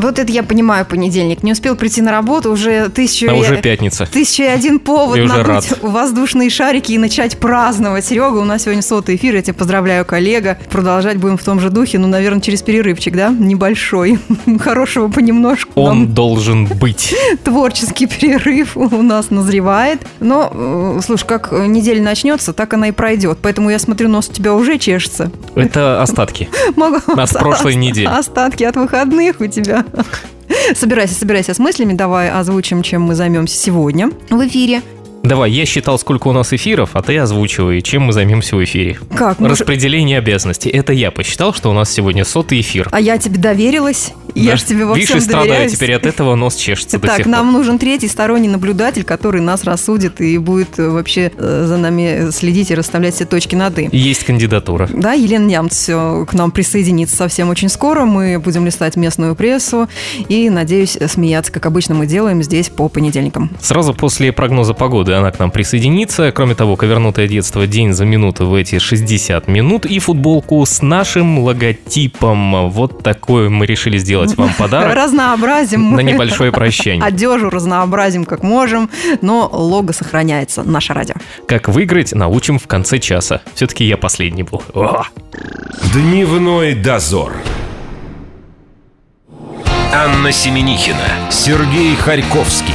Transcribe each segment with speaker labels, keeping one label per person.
Speaker 1: Вот это я понимаю понедельник. Не успел прийти на работу, уже тысячу...
Speaker 2: А
Speaker 1: и-
Speaker 2: уже пятница.
Speaker 1: Тысяча и один повод
Speaker 2: И уже
Speaker 1: надуть
Speaker 2: рад.
Speaker 1: воздушные шарики и начать праздновать. Серега, у нас сегодня сотый эфир, я тебя поздравляю, коллега. Продолжать будем в том же духе, ну, наверное, через перерывчик, да? Небольшой. Хорошего понемножку. нам
Speaker 2: Он должен быть.
Speaker 1: творческий перерыв у нас назревает. Но, э, слушай, как э, неделя начнется, так она и пройдет. Поэтому я смотрю, нос у тебя уже чешется.
Speaker 2: Это остатки.
Speaker 1: Могу...
Speaker 2: От прошлой недели.
Speaker 1: Остатки от выходных у тебя. Собирайся, собирайся с мыслями, давай озвучим, чем мы займемся сегодня в эфире.
Speaker 2: Давай, я считал, сколько у нас эфиров, а ты озвучивай, чем мы займемся в эфире.
Speaker 1: Как? мы же-
Speaker 2: Распределение обязанностей. Это я посчитал, что у нас сегодня сотый эфир.
Speaker 1: А я тебе доверилась, я
Speaker 2: Да.
Speaker 1: же тебе во
Speaker 2: Видишь,
Speaker 1: всем
Speaker 2: и страдаю
Speaker 1: доверяюсь.
Speaker 2: теперь от этого, нос чешется до
Speaker 1: Так,
Speaker 2: сих
Speaker 1: нам нужен третий сторонний наблюдатель, который нас рассудит и будет э, вообще э, за нами следить и расставлять все точки над «и».
Speaker 2: пор. Есть кандидатура.
Speaker 1: Да, Елена Нямц э, к нам присоединится совсем очень скоро. Мы будем листать местную прессу и, надеюсь, смеяться, как обычно мы делаем здесь по понедельникам.
Speaker 2: Сразу после прогноза погоды она к нам присоединится. Кроме того, ковернутое детство день за минуту в эти 60 минут и футболку с нашим логотипом. Вот такой мы решили сделать вам подарок
Speaker 1: Разнообразим
Speaker 2: на
Speaker 1: мы
Speaker 2: небольшое прощание.
Speaker 1: одежу, разнообразим как можем, но лого сохраняется, наше радио.
Speaker 2: Как выиграть, научим в конце часа. Все-таки я последний был. О!
Speaker 3: Дневной дозор. Анна Семенихина, Сергей Харьковский.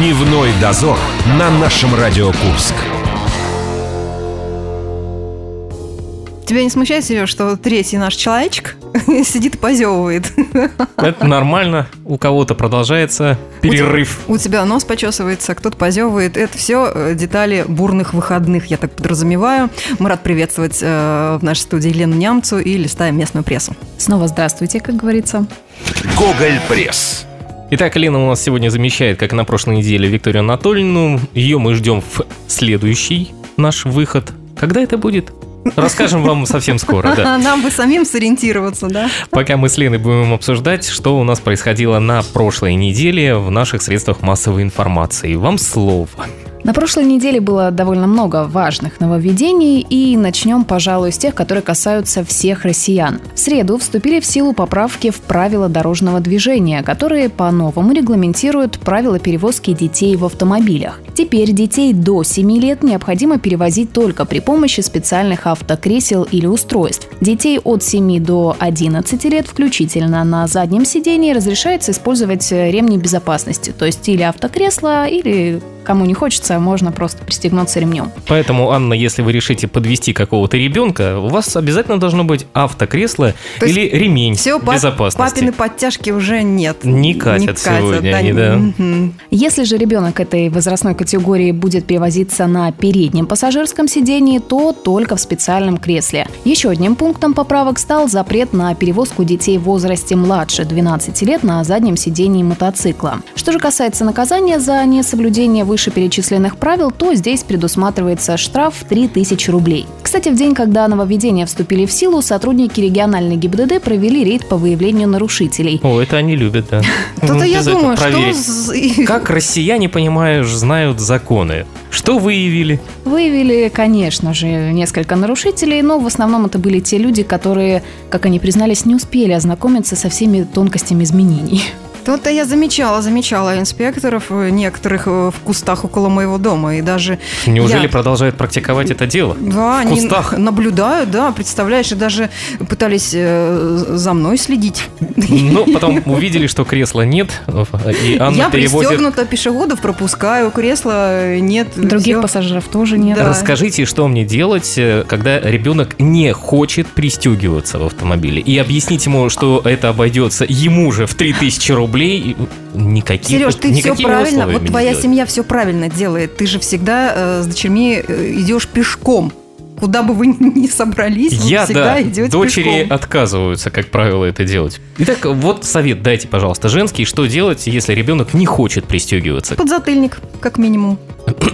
Speaker 3: Дневной дозор на нашем Радио Курск.
Speaker 1: Тебя не смущает, Сереж, что третий наш человечек сидит и позевывает?
Speaker 2: Это нормально. У кого-то продолжается перерыв.
Speaker 1: У тебя нос почесывается, кто-то позевывает. Это все детали бурных выходных, я так подразумеваю. Мы рад приветствовать э, в нашей студии Елену Нямцу и листаем местную прессу.
Speaker 4: Снова здравствуйте, как говорится.
Speaker 3: Гоголь Пресс.
Speaker 2: Итак, Лена у нас сегодня замещает, как и на прошлой неделе, Викторию Анатольевну. Ее мы ждем в следующий наш выход. Когда это будет? Расскажем вам совсем скоро, да.
Speaker 1: Нам бы самим сориентироваться, да?
Speaker 2: Пока мы с Леной будем обсуждать, что у нас происходило на прошлой неделе в наших средствах массовой информации. Вам слово.
Speaker 4: На прошлой неделе было довольно много важных нововведений, и начнем, пожалуй, с тех, которые касаются всех россиян. В среду вступили в силу поправки в правила дорожного движения, которые по-новому регламентируют правила перевозки детей в автомобилях. Теперь детей до 7 лет необходимо перевозить только при помощи специальных автокресел или устройств. Детей от 7 до 11 лет включительно на заднем сидении разрешается использовать э, ремни безопасности, то есть или автокресло, или кому не хочется, можно просто пристегнуться ремнем.
Speaker 2: Поэтому, Анна, если вы решите подвести какого-то ребенка, у вас обязательно должно быть автокресло
Speaker 1: То есть
Speaker 2: или ремень
Speaker 1: Все, папины
Speaker 2: безопасности.
Speaker 1: подтяжки уже нет.
Speaker 2: Не катят сегодня они, да.
Speaker 1: мгм.
Speaker 4: Если же ребенок этой возрастной категории будет перевозиться на переднем пассажирском сидении, то только в специальном кресле. Еще одним пунктом поправок стал запрет на перевозку детей в возрасте младше 12 лет на заднем сидении мотоцикла. Что же касается наказания за несоблюдение вышеперечисленных правил, то здесь предусматривается штраф в 3000 рублей. Кстати, в день, когда нововведения вступили в силу, сотрудники региональной ГИБДД провели рейд по выявлению нарушителей.
Speaker 2: О, это они любят, да.
Speaker 1: То-то
Speaker 2: Ну,
Speaker 1: я
Speaker 2: обязательно
Speaker 1: думаю,
Speaker 2: проверить.
Speaker 1: что... с-
Speaker 2: Как россияне, понимаешь, знают законы? Что выявили?
Speaker 4: Выявили, конечно же, несколько нарушителей, но в основном это были те люди, которые, как они признались, не успели ознакомиться со всеми тонкостями изменений.
Speaker 1: То-то я замечала, замечала инспекторов э, некоторых э, в кустах около моего дома. И даже
Speaker 2: Неужели
Speaker 1: Я-
Speaker 2: продолжают практиковать это дело?
Speaker 1: да,
Speaker 2: В
Speaker 1: они
Speaker 2: кустах?
Speaker 1: наблюдают, да, представляешь, и даже пытались э, за мной следить.
Speaker 2: Ну, потом увидели, что кресла нет, и Анна
Speaker 1: я
Speaker 2: перевозит
Speaker 1: пристегнута пешеходов, пропускаю, кресла нет.
Speaker 4: Других
Speaker 1: всё.
Speaker 4: пассажиров тоже нет.
Speaker 1: Да.
Speaker 2: Расскажите, что мне делать, э, когда ребенок не хочет пристегиваться в автомобиле. И объясните ему, что это обойдется ему же в 3000 рублей. И Никаких
Speaker 1: Сереж, ты все
Speaker 2: никакими
Speaker 1: правильно,
Speaker 2: условиями
Speaker 1: вот
Speaker 2: не
Speaker 1: твоя
Speaker 2: делать.
Speaker 1: семья все правильно делает. Ты же всегда э, с дочерьми э, идешь пешком. Куда бы вы ни собрались,
Speaker 2: Я,
Speaker 1: вы всегда
Speaker 2: да,
Speaker 1: идете
Speaker 2: дочери
Speaker 1: пешком.
Speaker 2: отказываются, как правило, это делать. Итак, вот совет дайте, пожалуйста, женский, что делать, если ребенок не хочет пристегиваться.
Speaker 1: Подзатыльник, как минимум.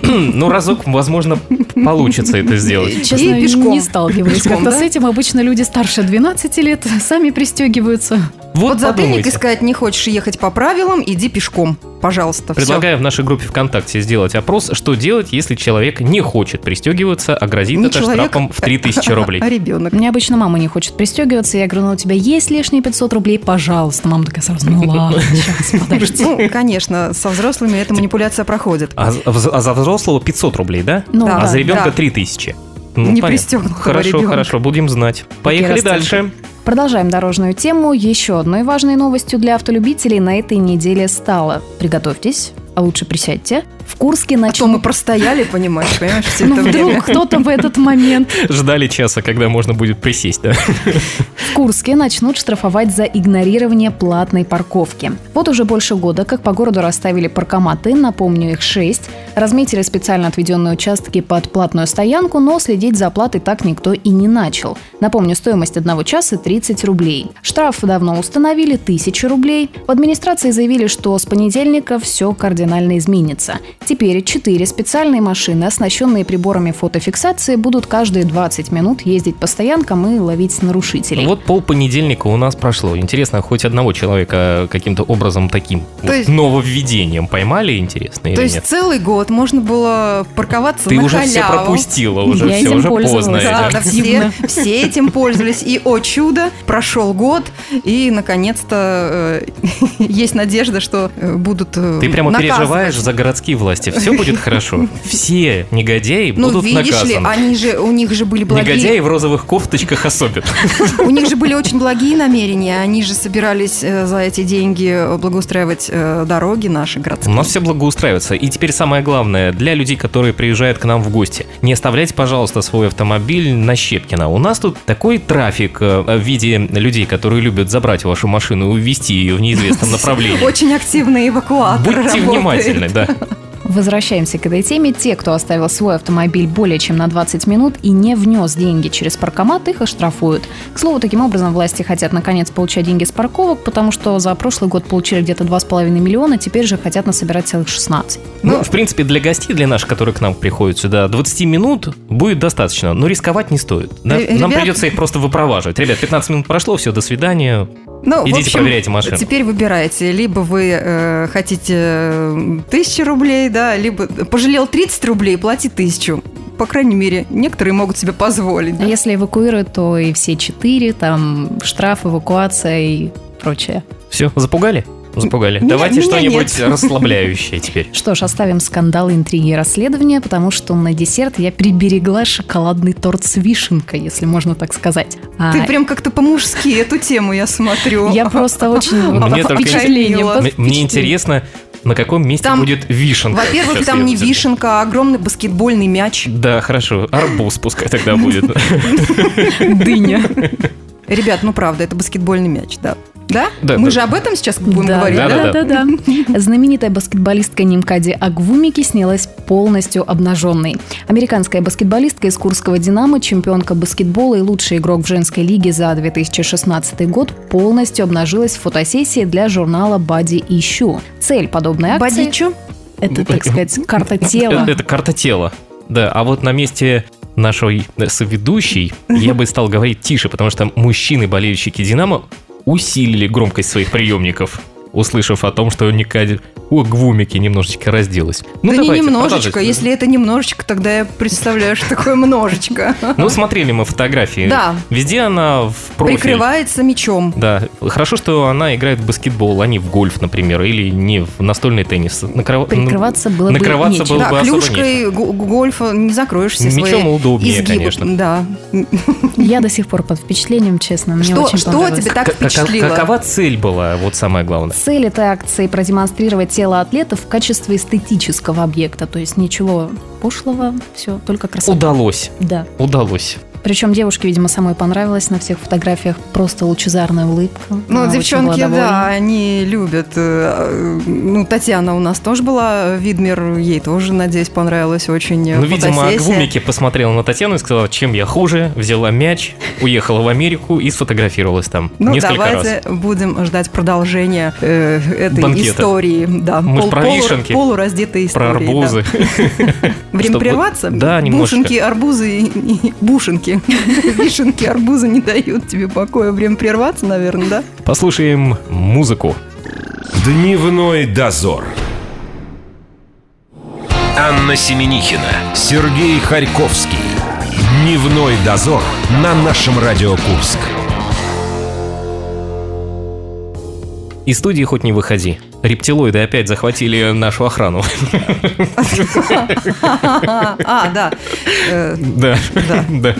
Speaker 2: Ну, разок, возможно, получится это сделать.
Speaker 4: Честно,
Speaker 1: И пешком.
Speaker 4: не сталкивались
Speaker 1: Пешком,
Speaker 4: как-то
Speaker 1: да?
Speaker 4: с этим. Обычно люди старше 12 лет сами пристегиваются.
Speaker 2: Вот
Speaker 1: Подзатыльник и
Speaker 2: подумайте.
Speaker 1: сказать, не хочешь ехать по правилам, иди пешком. пожалуйста. всё.
Speaker 2: Предлагаю в нашей группе ВКонтакте сделать опрос, что делать, если человек не хочет пристегиваться, а грозит
Speaker 1: Не
Speaker 2: это
Speaker 1: Ну, человек,
Speaker 2: штрафом в 3000 рублей.
Speaker 1: А ребенок.
Speaker 4: Мне обычно мама не хочет пристегиваться. Я говорю, ну у тебя есть лишние 500 рублей? Пожалуйста. Мама такая сразу, ну ладно, сейчас, подожди.
Speaker 1: Ну, конечно, со взрослыми
Speaker 2: Типа.
Speaker 1: эта манипуляция проходит.
Speaker 2: А, з- а за- а за взрослого 500 рублей, да?
Speaker 4: Ну,
Speaker 1: Да.
Speaker 2: а за ребенка
Speaker 1: да.
Speaker 2: 3000.
Speaker 1: Не
Speaker 2: Ну, понятно.
Speaker 1: пристегнутого
Speaker 2: Хорошо,
Speaker 1: ребенка.
Speaker 2: хорошо, будем знать. Поехали
Speaker 4: расценки.
Speaker 2: дальше.
Speaker 4: Продолжаем дорожную тему. Еще одной важной новостью для автолюбителей на этой неделе стало. Приготовьтесь, а лучше присядьте. В Курске
Speaker 1: А то мы
Speaker 4: начнут...
Speaker 1: простояли, понимаешь, понимаешь, все
Speaker 4: Ну
Speaker 1: это время.
Speaker 4: вдруг кто-то в этот момент.
Speaker 2: Ждали часа, когда можно будет присесть, да?
Speaker 4: В Курске начнут штрафовать за игнорирование платной парковки. Вот уже больше года, как по городу расставили паркоматы, напомню, их шесть, разметили специально отведенные участки под платную стоянку, но следить за оплатой так никто и не начал. Напомню, стоимость одного часа 30 рублей. Штраф давно установили, 1000 рублей. В администрации заявили, что с понедельника все кардинально изменится. Теперь четыре специальные машины, оснащенные приборами фотофиксации, будут каждые 20 минут ездить по стоянкам и ловить нарушителей.
Speaker 2: Вот пол понедельника у нас прошло. Интересно, хоть одного человека каким-то образом таким вот
Speaker 1: есть-
Speaker 2: нововведением поймали, интересно, или
Speaker 1: То есть
Speaker 2: нет?
Speaker 1: целый год можно было парковаться
Speaker 2: Ты
Speaker 1: на
Speaker 2: уже все
Speaker 1: халяву.
Speaker 2: пропустила, уже
Speaker 4: Я
Speaker 2: все,
Speaker 4: этим
Speaker 2: уже
Speaker 4: пользовалась.
Speaker 2: поздно.
Speaker 1: Да,
Speaker 2: да.
Speaker 1: да, все, все этим пользовались. И, о чудо, прошел год, и, наконец-то, э, есть надежда, что э, будут
Speaker 2: Ты прямо переживаешь за городские власти. Все будет хорошо. Все негодяи
Speaker 1: Ну,
Speaker 2: будут
Speaker 1: видишь ли,
Speaker 2: наказаны.
Speaker 1: они же, у них же были благие,
Speaker 2: Негодяи в розовых кофточках особенно.
Speaker 1: у них же были очень благие намерения. Они же собирались э, за эти деньги благоустраивать э, дороги наши
Speaker 2: У
Speaker 1: городские.
Speaker 2: нас все благоустраивается. И теперь самое главное для людей, которые приезжают к нам в гости. Не оставляйте, пожалуйста, свой автомобиль на Щепкина. У нас тут такой трафик э, в виде людей, которые любят забрать вашу машину и увезти ее в неизвестном направлении.
Speaker 1: Очень активные эвакуаторы
Speaker 2: Будьте
Speaker 1: работают.
Speaker 2: внимательны, да.
Speaker 4: Возвращаемся к этой теме. Те, кто оставил свой автомобиль более чем на 20 минут и не внес деньги через паркомат, их оштрафуют. К слову, таким образом власти хотят наконец получать деньги с парковок, потому что за прошлый год получили где-то 2,5 миллиона, теперь же хотят насобирать целых 16.
Speaker 2: Ну,
Speaker 1: Ну,
Speaker 2: в принципе, для гостей, для наших, которые к нам приходят сюда, 20 минут будет достаточно, но рисковать не стоит. Да?
Speaker 1: Э,
Speaker 2: Нам
Speaker 1: ребят-
Speaker 2: придется их просто выпроваживать. Ребят, 15 минут прошло, все, до свидания.
Speaker 1: Ну, в
Speaker 2: Идите
Speaker 1: общем,
Speaker 2: проверяйте машину.
Speaker 1: Теперь выбираете, либо вы э, хотите э, 1000 рублей, да, либо пожалел 30 рублей, плати 1000. По крайней мере, некоторые могут себе позволить.
Speaker 4: А
Speaker 1: да.
Speaker 4: если эвакуируют, то и все четыре, там штраф, эвакуация и прочее.
Speaker 2: Все, запугали? Запугали.
Speaker 1: Меня-
Speaker 2: Давайте
Speaker 1: меня
Speaker 2: что-нибудь
Speaker 1: нет.
Speaker 2: расслабляющее теперь.
Speaker 4: Что ж, оставим скандалы, интриги и расследования, потому что на десерт я приберегла шоколадный торт с вишенкой, если можно так сказать. А,
Speaker 1: Ты прям как-то по-мужски эту тему я смотрю.
Speaker 4: Я просто очень
Speaker 2: Мне
Speaker 4: под
Speaker 2: только
Speaker 4: впечатлением,
Speaker 1: интересно.
Speaker 4: под
Speaker 2: М- Мне
Speaker 4: впечатлением.
Speaker 2: интересно, на каком месте
Speaker 1: Там-
Speaker 2: будет вишенка.
Speaker 1: Во-первых,
Speaker 2: Сейчас
Speaker 1: там
Speaker 2: я
Speaker 1: не
Speaker 2: вот это-
Speaker 1: вишенка, а огромный баскетбольный мяч.
Speaker 2: Да, хорошо. Арбуз пускай тогда будет.
Speaker 4: Дыня.
Speaker 1: Ребят, ну правда, это баскетбольный мяч, да. Да?
Speaker 2: Да,
Speaker 1: Мы
Speaker 2: да.
Speaker 1: же об этом сейчас будем
Speaker 4: Да,
Speaker 1: говорить,
Speaker 2: да,
Speaker 1: да?
Speaker 2: да,
Speaker 4: да, да. Знаменитая баскетболистка Нимкади Агвумики снялась полностью обнаженной. Американская баскетболистка из Курского «Динамо», чемпионка баскетбола и лучший игрок в женской лиге за 2016 год полностью обнажилась в фотосессии для журнала Body Ищу. Цель подобной акции...
Speaker 1: Бодичу?
Speaker 4: Это, так сказать, карта тела.
Speaker 2: Это это карта тела. Да, а вот на месте нашей соведущей я бы стал говорить тише, потому что мужчины-болельщики «Динамо» усилили громкость своих приемников, услышав о том, что Никади у Гвумики немножечко разделась. Ну,
Speaker 1: да не
Speaker 2: давайте,
Speaker 1: немножечко.
Speaker 2: продолжайте.
Speaker 1: Если это немножечко, тогда я представляю, что такое множечко.
Speaker 2: Ну, смотрели мы фотографии.
Speaker 1: Да.
Speaker 2: Везде она в профиль.
Speaker 1: Прикрывается мечом.
Speaker 2: Да, хорошо, что она играет в баскетбол, а не в гольф, например, или не в настольный теннис. Накрыва-
Speaker 4: Прикрываться было бы
Speaker 2: накрываться
Speaker 4: нечем.
Speaker 2: было бы
Speaker 1: да,
Speaker 2: особо
Speaker 1: клюшкой г- гольфа не закроешь все свои
Speaker 2: Мечом удобнее,
Speaker 1: изгибы.
Speaker 2: конечно.
Speaker 1: Да.
Speaker 4: Я до сих пор под впечатлением, честно. Мне
Speaker 1: что
Speaker 4: очень
Speaker 1: что
Speaker 4: понравилось.
Speaker 1: тебе так
Speaker 2: Как- как-
Speaker 1: впечатлило?
Speaker 2: какова цель была, вот самое главное?
Speaker 4: Цель этой акции – продемонстрировать тело атлетов в качестве эстетического объекта. То есть ничего пошлого, все, только красота.
Speaker 2: Удалось,
Speaker 4: Да.
Speaker 2: удалось.
Speaker 4: Причем девушке, видимо, самой понравилось на всех фотографиях. Просто лучезарная улыбка.
Speaker 1: Ну,
Speaker 4: Она
Speaker 1: девчонки, да,
Speaker 4: очень была довольна.
Speaker 1: они любят. э, э, Ну, Татьяна у нас тоже была, Видмер, ей тоже, надеюсь, понравилась очень э,
Speaker 2: ну, видимо,
Speaker 1: фотосессия.
Speaker 2: Гвумики посмотрела на Татьяну и сказала, чем я хуже, взяла мяч, уехала в Америку и сфотографировалась там
Speaker 1: Ну,
Speaker 2: несколько раз.
Speaker 1: давайте будем ждать продолжения э, этой
Speaker 2: Банкета.
Speaker 1: истории. Да,
Speaker 2: Мы ж про вишенки,
Speaker 1: полураздетой истории.
Speaker 2: Про
Speaker 1: да.
Speaker 2: арбузы.
Speaker 1: Время
Speaker 2: Чтобы-
Speaker 1: прерваться?
Speaker 2: Да, немножко.
Speaker 1: Бушенки, арбузы и- и и бушенки. Вишенки, арбузы не дают тебе покоя. Время прерваться, наверное, да?
Speaker 2: Послушаем музыку.
Speaker 3: Дневной дозор. Анна Семенихина, Сергей Харьковский. Дневной дозор на нашем Радио Курск.
Speaker 2: Из студии хоть не выходи. Рептилоиды опять захватили нашу охрану.
Speaker 1: А, да. Э,
Speaker 2: Да, да.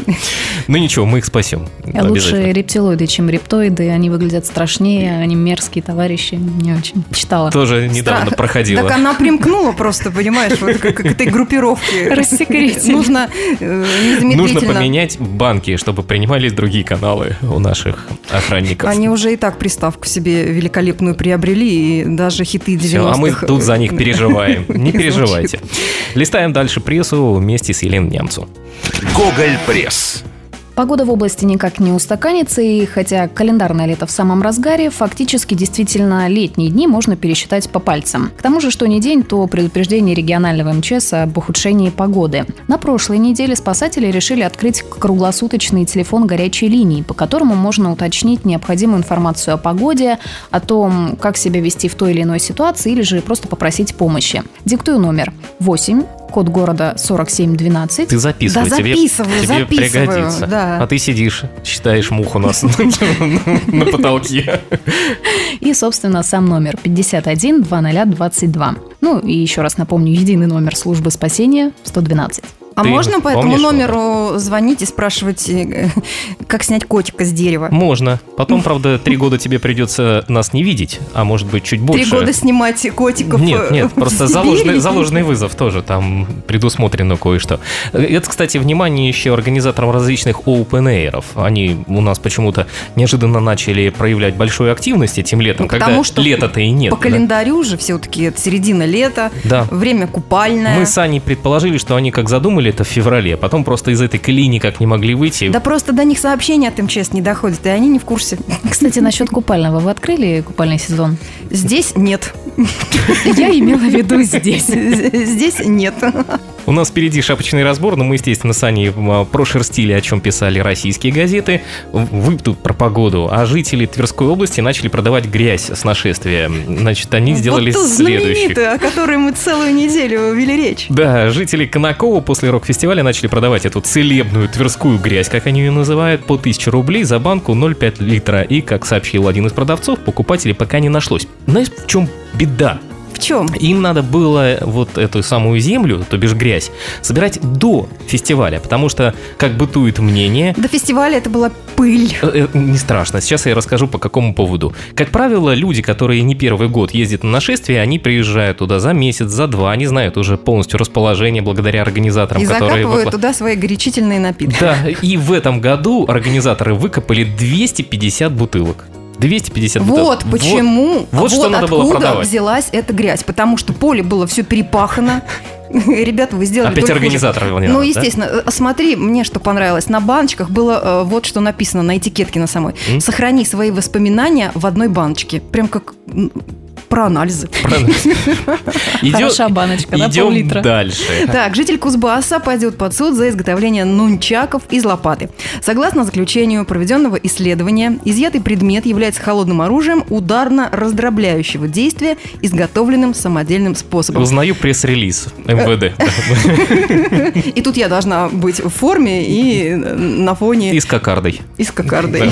Speaker 2: Ну ничего, мы их спасем.
Speaker 4: А Лучше
Speaker 2: Обязательно.
Speaker 4: рептилоиды, чем рептоиды. Они выглядят страшнее, они мерзкие товарищи. Не очень. Читала.
Speaker 2: Тоже недавно
Speaker 1: Стра-
Speaker 2: проходила.
Speaker 1: Так она примкнула просто, понимаешь, вот как к этой группировке.
Speaker 4: Рассекретили.
Speaker 1: Нужно э,
Speaker 2: Нужно
Speaker 1: незамедлительно.
Speaker 2: поменять банки, чтобы принимались другие каналы у наших охранников.
Speaker 1: Они уже и так приставку себе великолепную приобрели, и даже хиты э, 90-х.
Speaker 2: Все, а мы тут за них переживаем. Не
Speaker 1: звучит.
Speaker 2: переживайте. Листаем дальше прессу вместе с Еленой Немцу.
Speaker 3: Гоголь Пресс.
Speaker 4: Погода в области никак не устаканится, и хотя календарное лето в самом разгаре, фактически действительно летние дни можно пересчитать по пальцам. К тому же, что не день, то предупреждение регионального МЧС об ухудшении погоды. На прошлой неделе спасатели решили открыть круглосуточный телефон горячей линии, по которому можно уточнить необходимую информацию о погоде, о том, как себя вести в той или иной ситуации, или же просто попросить помощи. Диктую номер 8, код города 4712.
Speaker 2: Ты записывай,
Speaker 1: Да
Speaker 2: тебе,
Speaker 1: записываю,
Speaker 2: тебе
Speaker 1: записываю,
Speaker 2: пригодится.
Speaker 1: да.
Speaker 2: А ты сидишь, считаешь мух у нас на потолке.
Speaker 4: И, собственно, сам номер 51 2022. Ну и еще раз напомню, единый номер службы спасения 112.
Speaker 1: А
Speaker 2: Ты
Speaker 1: можно по этому
Speaker 2: помнишь
Speaker 1: номеру звонить и спрашивать, э, как снять котика с дерева?
Speaker 2: Можно. Потом, правда, три года тебе придется нас не видеть, а может быть чуть больше.
Speaker 1: Три года снимать котиков.
Speaker 2: Нет,
Speaker 1: э,
Speaker 2: нет,
Speaker 1: в
Speaker 2: просто
Speaker 1: Сибири?
Speaker 2: заложенный, заложенный вызов тоже там предусмотрено кое-что. Э, Это, кстати, внимание еще организаторам различных open Они у нас почему-то неожиданно начали проявлять большую активность этим летом,
Speaker 1: Ну,
Speaker 2: когда
Speaker 1: потому что
Speaker 2: лета-то и нет.
Speaker 1: По
Speaker 2: да.
Speaker 1: календарю же все-таки это середина лета,
Speaker 2: Да.
Speaker 1: время купальное.
Speaker 2: Мы с Аней предположили, что они как задумали это в феврале, а потом просто из этой колеи никак не могли выйти.
Speaker 1: Да просто до них сообщения от МЧС не доходят, и они не в курсе.
Speaker 4: Кстати, насчет купального. Вы открыли купальный сезон?
Speaker 1: Здесь нет.
Speaker 4: Я имела в виду здесь.
Speaker 1: Здесь нет.
Speaker 2: У нас впереди шапочный разбор, но мы, естественно, с Аней м, прошерстили, о чем писали российские газеты. Вы тут про погоду. А жители Тверской области начали продавать грязь с нашествия. Значит, они сделали
Speaker 1: вот ту
Speaker 2: следующее.
Speaker 1: знаменитую, о которой мы целую неделю вели речь.
Speaker 2: Да, жители Конакова после рок-фестиваля начали продавать эту целебную тверскую грязь, как они ее называют, по 1000 рублей за банку 0,5 литра. И, как сообщил один из продавцов, покупателей пока не нашлось. Знаешь, в чем беда?
Speaker 1: В чем?
Speaker 2: Им надо было вот эту самую землю, то бишь грязь, собирать до фестиваля, потому что, как бытует мнение,
Speaker 1: До фестиваля это была пыль.
Speaker 2: э, э, не страшно, сейчас я расскажу по какому поводу. Как правило, люди, которые не первый год ездят на нашествие, они приезжают туда за месяц, за два, они знают уже полностью расположение благодаря организаторам,
Speaker 1: И
Speaker 2: которые...
Speaker 1: закапывают
Speaker 2: выкла-
Speaker 1: туда свои горячительные напитки.
Speaker 2: Да, и в этом году организаторы выкопали 250 бутылок. 250
Speaker 1: Вот
Speaker 2: бутылок.
Speaker 1: почему,
Speaker 2: вот что надо было
Speaker 1: откуда
Speaker 2: продавать.
Speaker 1: взялась эта грязь, потому что поле было все перепахано. Ребята, вы сделали
Speaker 2: Опять
Speaker 1: только хуже.
Speaker 2: организаторы виноваты,
Speaker 1: Ну,
Speaker 2: да?
Speaker 1: естественно, э, смотри, мне что понравилось. На баночках было э, вот что написано на этикетке на самой.
Speaker 2: М?
Speaker 1: Сохрани свои воспоминания в одной баночке. Прям как м, про анализы.
Speaker 2: Правда? Идё-
Speaker 4: Хороша баночка, да,
Speaker 2: Идем
Speaker 4: пол-литра.
Speaker 2: дальше.
Speaker 1: Так, житель Кузбасса пойдет под суд за изготовление нунчаков из лопаты. Согласно заключению проведенного исследования, изъятый предмет является холодным оружием ударно-раздробляющего действия, изготовленным самодельным способом.
Speaker 2: Узнаю пресс-релиз МВД.
Speaker 1: И тут я должна быть в форме и на фоне
Speaker 2: И с кокардой.
Speaker 1: и с кокардой.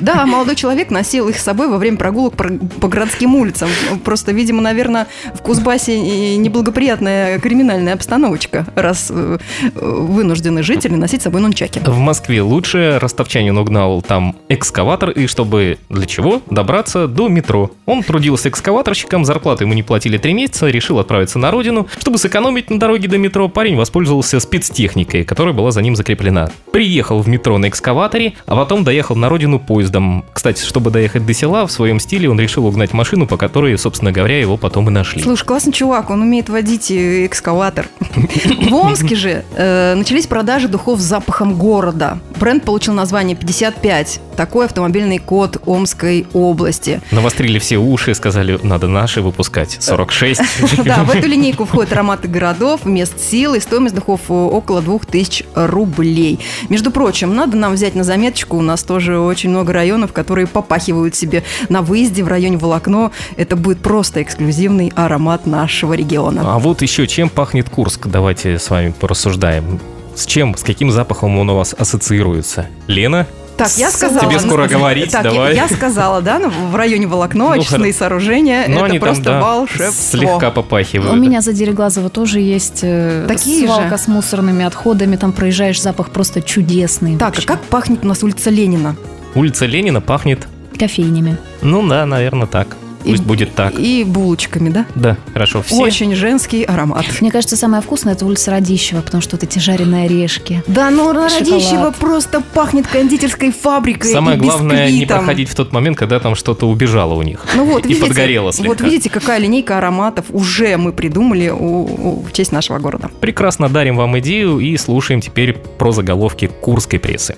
Speaker 1: Да, молодой человек носил их с собой во время прогулок про- по городским улицам. Просто, видимо, наверное, в Кузбассе и неблагоприятная криминальная обстановочка, раз э, э, вынуждены жители носить с собой нунчаки.
Speaker 2: В Москве лучше ростовчанин угнал там экскаватор, и чтобы для чего добраться до метро. Он трудился экскаваторщиком, зарплату ему не платили три месяца, решил отправиться на родину. Чтобы сэкономить на дороге до метро, парень воспользовался спецтехникой, которая была за ним закреплена. Приехал в метро на экскаваторе, а потом доехал на родину поездом. Кстати, чтобы доехать до села, в своем стиле он решил угнать машину, по которой, собственно говоря, его потом и нашли.
Speaker 1: Слушай, классный чувак, он умеет водить э, экскаватор. В Омске же э, начались продажи духов с запахом города. Бренд получил название 55. такой автомобильный код Омской области.
Speaker 2: Навострили все уши, сказали, надо наши выпускать. 46.
Speaker 1: Да, в эту линейку входят ароматы городов, мест силы, стоимость духов э, около 2000 рублей. Между прочим, надо нам взять на заметочку, у нас тоже очень много районов, которые попахивают себе на выезде в районе Волокно. Это будет просто эксклюзивный аромат нашего региона.
Speaker 2: А вот еще чем пахнет Курск? Давайте с вами порассуждаем. С чем, с каким запахом он у вас ассоциируется? Лена?
Speaker 1: Так, я сказала. ну,
Speaker 2: Тебе скоро говорить,
Speaker 1: так,
Speaker 2: давай.
Speaker 1: Я, я сказала, да, ну, в районе Волокно
Speaker 2: Ну,
Speaker 1: очистные
Speaker 2: хоро-
Speaker 1: сооружения.
Speaker 2: Ну,
Speaker 1: это
Speaker 2: они там,
Speaker 1: просто
Speaker 2: да,
Speaker 1: волшебство.
Speaker 2: Слегка попахивают.
Speaker 4: У меня за Дереглазово тоже есть э,
Speaker 1: Такие же.
Speaker 4: свалка с мусорными отходами. Там проезжаешь, запах просто чудесный.
Speaker 1: Так, а
Speaker 4: вообще.
Speaker 1: как пахнет у нас улица Ленина?
Speaker 2: Улица Ленина пахнет,
Speaker 4: Кофейнями.
Speaker 2: ну да, наверное, так.
Speaker 1: И-
Speaker 2: Пусть будет так.
Speaker 1: И булочками, да?
Speaker 2: Да, хорошо, все.
Speaker 1: Очень женский аромат.
Speaker 4: Мне кажется, самое вкусное это улица Радищева, потому что вот эти жареные орешки.
Speaker 1: Да, ну Радищева
Speaker 4: Шоколад.
Speaker 1: просто пахнет кондитерской фабрикой
Speaker 2: Самое
Speaker 1: и
Speaker 2: главное не
Speaker 1: бисквитом.
Speaker 2: проходить в тот момент, когда там что-то убежало у них.
Speaker 1: Ну вот,
Speaker 2: и
Speaker 1: видите,
Speaker 2: подгорело
Speaker 1: вот
Speaker 2: слегка.
Speaker 1: видите, какая линейка ароматов уже мы придумали у- у- в честь нашего города.
Speaker 2: Прекрасно дарим вам идею и слушаем теперь про заголовки курской прессы.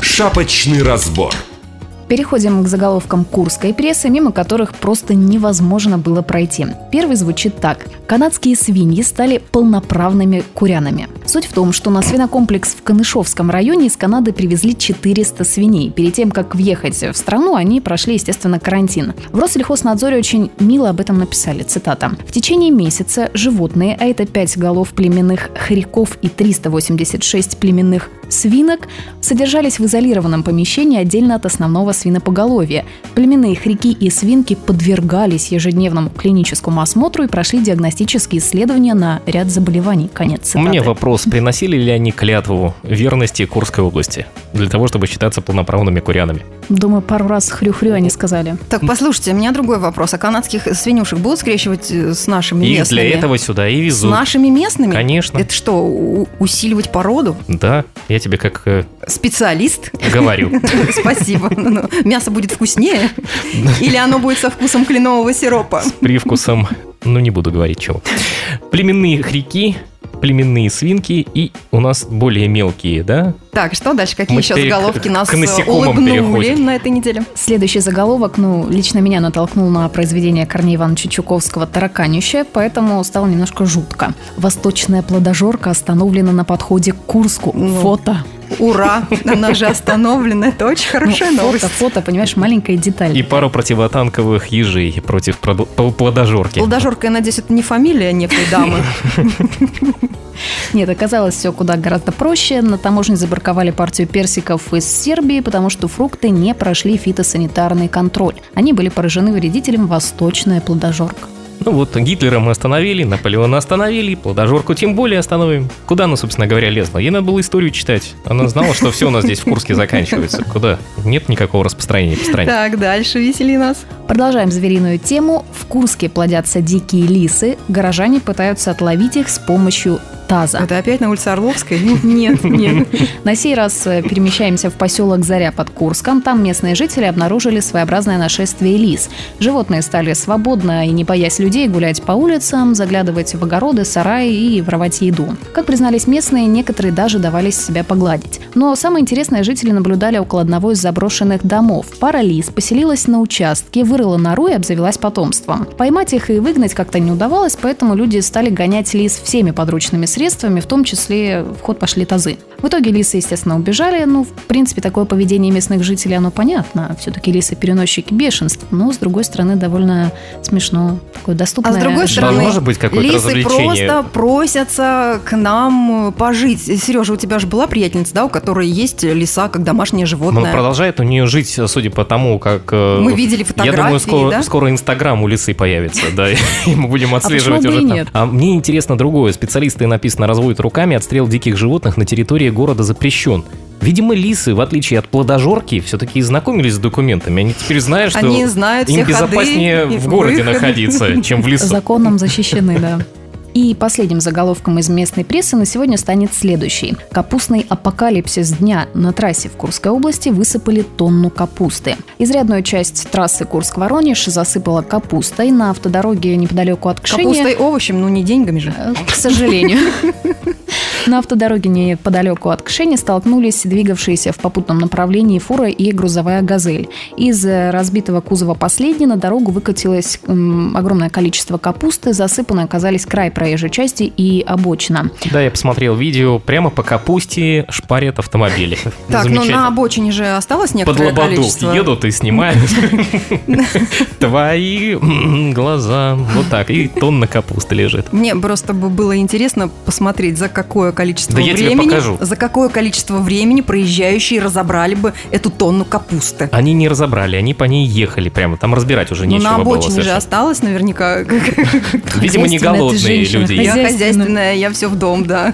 Speaker 3: Шапочный разбор.
Speaker 4: Переходим к заголовкам курской прессы, мимо которых просто невозможно было пройти. Первый звучит так. Канадские свиньи стали полноправными курянами. Суть в том, что на свинокомплекс в Канышовском районе из Канады привезли 400 свиней. Перед тем, как въехать в страну, они прошли, естественно, карантин. В Россельхознадзоре очень мило об этом написали, цитата. В течение месяца животные, а это 5 голов племенных хряков и 386 племенных свинок, содержались в изолированном помещении отдельно от основного свинопоголовья. Племенные хряки и свинки подвергались ежедневному клиническому осмотру и прошли диагностические исследования на ряд заболеваний. Конец
Speaker 2: У
Speaker 4: цитаты.
Speaker 2: меня вопрос, приносили ли они клятву верности Курской области для того, чтобы считаться полноправными курянами?
Speaker 4: Думаю, пару раз хрю-хрю они сказали.
Speaker 1: Так, послушайте, у меня другой вопрос. А канадских свинюшек будут скрещивать э, с нашими
Speaker 2: И
Speaker 1: местными?
Speaker 2: для этого сюда и
Speaker 1: С
Speaker 2: везут.
Speaker 1: нашими местными?
Speaker 2: Конечно.
Speaker 1: Это что, у- усиливать породу?
Speaker 2: Да, я тебе как э,
Speaker 1: Специалист?
Speaker 2: говорю.
Speaker 1: Спасибо. Ну, Мясо будет вкуснее? Или оно будет со вкусом кленового сиропа?
Speaker 2: привкусом, ну не буду говорить чего. Племенные хряки, племенные свинки и у нас более мелкие, да?
Speaker 1: Так, что дальше? Какие
Speaker 2: Мы
Speaker 1: еще
Speaker 2: теперь к-
Speaker 1: заголовки нас
Speaker 2: к
Speaker 1: э,
Speaker 2: насекомым
Speaker 1: улыбнули
Speaker 2: переходим.
Speaker 1: на этой неделе?
Speaker 4: Следующий заголовок, ну, лично меня натолкнул на произведение Корнея Ивановича Чуковского «Тараканище», поэтому стало немножко жутко. Восточная плодожорка остановлена на подходе к Курску.
Speaker 1: Ну,
Speaker 4: Фото.
Speaker 1: Ура! Она же остановлена. Это очень хорошая
Speaker 4: Ну,
Speaker 1: новость.
Speaker 4: Фото, фото, понимаешь, маленькая деталь.
Speaker 2: И пару противотанковых ежей против продо- пл- плодожорки.
Speaker 1: Плодожорка, я надеюсь, это не фамилия некой дамы.
Speaker 4: Нет, оказалось все куда гораздо проще. На таможне забраковали партию персиков из Сербии, потому что фрукты не прошли фитосанитарный контроль. Они были поражены вредителем «Восточная плодожорка».
Speaker 2: Ну вот, Гитлера мы остановили, Наполеона остановили, плодожорку тем более остановим. Куда она, собственно говоря, лезла? Ей надо было историю читать. Она знала, что все у нас здесь в Курске заканчивается. Куда? Нет никакого распространения по стране.
Speaker 1: Так, дальше весели нас.
Speaker 4: Продолжаем звериную тему. В Курске плодятся дикие лисы. Горожане пытаются отловить их с помощью таза.
Speaker 1: Это опять на улице Орловской? Ну, Нет, нет.
Speaker 4: На сей раз э, перемещаемся в поселок Заря под Курском. Там местные жители обнаружили своеобразное нашествие лис. Животные стали свободно и не боясь людей гулять по улицам, заглядывать в огороды, сараи и воровать еду. Как признались местные, некоторые даже давались себя погладить. Но самое интересное жители наблюдали около одного из заброшенных домов. Пара лис поселилась на участке, вырыла нору и обзавелась потомством. Поймать их и выгнать как-то не удавалось, поэтому люди стали гонять лис всеми подручными средствами, в том числе в ход пошли тазы. В итоге лисы, естественно, убежали. Ну, в принципе, такое поведение местных жителей, оно понятно. Все-таки лисы переносчики бешенств. Но, с другой стороны, довольно смешно. Такое доступное.
Speaker 1: А с другой стороны,
Speaker 2: Должно же быть какое-то
Speaker 1: лисы
Speaker 2: развлечение.
Speaker 1: просто просятся к нам э, пожить. Сережа, у тебя же была приятельница, да, у которой есть лиса как домашнее
Speaker 2: Но
Speaker 1: животное?
Speaker 2: продолжает у нее жить, судя по тому, как... э,
Speaker 1: Мы видели фотографии,
Speaker 2: Я думаю, скоро,
Speaker 1: да? А
Speaker 2: скоро Инстаграм у Лисы появится, да, и мы будем отслеживать
Speaker 4: почему
Speaker 2: уже
Speaker 4: бы и
Speaker 2: там.
Speaker 4: нет?
Speaker 2: А мне интересно другое. Специалисты, написано, разводят руками, отстрел диких животных на территории города запрещен. Видимо, лисы, в отличие от плодожорки, все-таки знакомились с документами. Они теперь знают, что
Speaker 1: Они знают все
Speaker 2: им безопаснее
Speaker 1: ходы и
Speaker 2: в городе
Speaker 1: выходы.
Speaker 2: находиться, чем в лесу.
Speaker 4: Законом защищены, да. И последним заголовком из местной прессы на сегодня станет следующий. Капустный апокалипсис дня. На трассе в Курской области высыпали тонну капусты. Изрядную часть трассы Курск-Воронеж засыпала капустой на автодороге неподалеку от Кшения.
Speaker 2: Э,
Speaker 1: Капустой овощем, ну не деньгами же.
Speaker 4: Э, К сожалению. На автодороге неподалеку от Кшени столкнулись двигавшиеся в попутном направлении фура и грузовая «Газель». Из э, разбитого кузова последней на дорогу выкатилось м, огромное количество капусты, засыпаны оказались край проезжей части и обочина.
Speaker 2: Да, я посмотрел видео, прямо по капусте шпарят автомобили.
Speaker 1: Так, ну, но на
Speaker 2: Замечательно.
Speaker 1: обочине же осталось
Speaker 2: Под
Speaker 1: некоторое
Speaker 2: лободу
Speaker 1: количество.
Speaker 2: едут и снимают. Твои м, глаза. Вот так. И тонна капусты лежит.
Speaker 1: Мне просто бы было интересно посмотреть, за какое количество
Speaker 2: Да я тебе
Speaker 1: времени,
Speaker 2: покажу.
Speaker 1: за какое количество времени проезжающие разобрали бы эту тонну капусты.
Speaker 2: Они не разобрали, они по ней ехали прямо. Там разбирать уже
Speaker 1: Ну,
Speaker 2: А, нечего
Speaker 1: на
Speaker 2: было
Speaker 1: обочине же
Speaker 2: совершенно.
Speaker 1: осталось наверняка.
Speaker 2: Видимо, не
Speaker 4: Хозяйственная ты
Speaker 2: голодные
Speaker 4: женщина,
Speaker 2: люди.
Speaker 1: Я
Speaker 4: Хозяйственная.
Speaker 1: хозяйственная, я все в дом, да.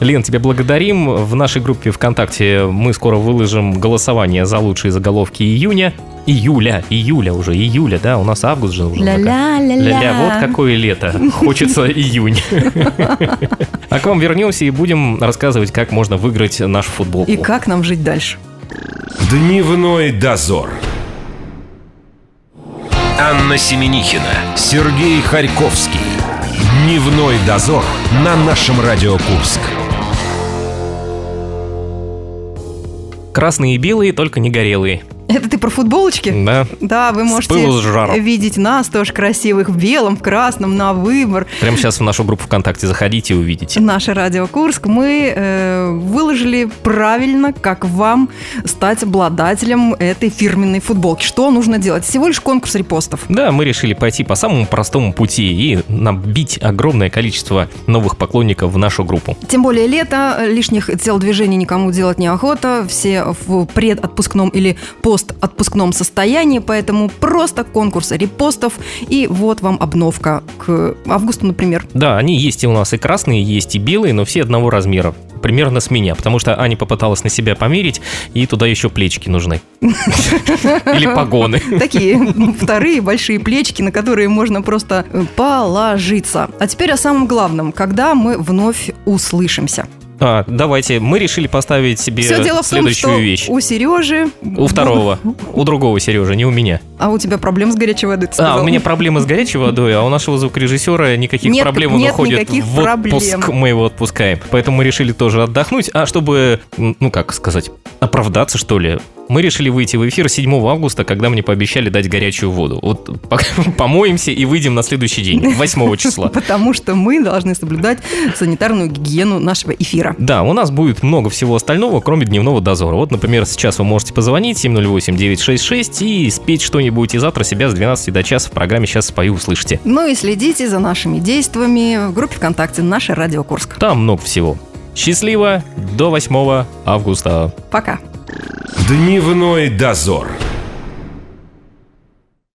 Speaker 2: Лен, тебя благодарим. В нашей группе ВКонтакте мы скоро выложим голосование за лучшие заголовки июня. Июля, июля уже, июля, да, у нас август же уже. пока. Ля-ля, вот какое лето. Хочется июнь. А к вам вернемся и будем рассказывать, как можно выиграть наш футбол.
Speaker 1: И как нам жить дальше?
Speaker 3: Дневной дозор. Анна Семенихина, Сергей Харьковский. Дневной дозор на нашем Радио Курск.
Speaker 2: Красные и белые, только не горелые.
Speaker 1: Это ты про футболочки?
Speaker 2: Да,
Speaker 1: Да, вы
Speaker 2: пылу с
Speaker 1: можете
Speaker 2: жару.
Speaker 1: видеть нас тоже красивых в белом, в красном, на выбор.
Speaker 2: прямо сейчас в нашу группу ВКонтакте заходите и увидите.
Speaker 1: Наше радио Курск мы э, выложили правильно, как вам стать обладателем этой фирменной футболки. Что нужно делать? Всего лишь конкурс репостов.
Speaker 2: Да, мы решили пойти по самому простому пути и набить огромное количество новых поклонников в нашу группу.
Speaker 1: Тем более лето, э, лишних телодвижений никому делать неохота, все в предотпускном или постотпускном состоянии, поэтому просто конкурс репостов, и вот вам обновка к августу, например.
Speaker 2: Да, они есть и у нас и красные, есть и белые, но все одного размера. Примерно с меня, потому что Аня попыталась на себя померить, и туда еще плечики нужны. Или погоны.
Speaker 1: Такие вторые большие плечики, на которые можно просто э, положиться. А теперь о самом главном. Когда мы вновь услышимся?
Speaker 2: А, давайте, мы решили поставить себе
Speaker 1: Все дело в том,
Speaker 2: Э, следующую
Speaker 1: что
Speaker 2: вещь.
Speaker 1: у Сережи...
Speaker 2: У второго, у другого Сережи, не у меня.
Speaker 1: А у тебя проблем с горячей водой, ты
Speaker 2: А,
Speaker 1: сказал.
Speaker 2: у меня проблемы с горячей водой, а у нашего звукорежиссера никаких
Speaker 1: Нет,
Speaker 2: проблем, он
Speaker 1: нет
Speaker 2: уходит
Speaker 1: никаких
Speaker 2: в отпуск,
Speaker 1: проблем.
Speaker 2: мы его отпускаем. Поэтому мы решили тоже отдохнуть, а чтобы, м, ну как сказать, оправдаться что ли, мы решили выйти в эфир 7 августа, когда мне пообещали дать горячую воду. Вот по- помоемся и выйдем на следующий день, 8 числа.
Speaker 1: Потому что мы должны соблюдать санитарную гигиену нашего эфира.
Speaker 2: Да, у нас будет много всего остального, кроме дневного дозора. Вот, например, сейчас вы можете позвонить 708-966 и спеть что-нибудь, и завтра себя с 12 до часа в программе «Сейчас спою» услышите.
Speaker 1: Ну и следите за нашими действиями в группе ВКонтакте «Наше Радио Курск».
Speaker 2: Там много всего. Счастливо до 8 августа.
Speaker 1: Пока!
Speaker 3: Дневной дозор.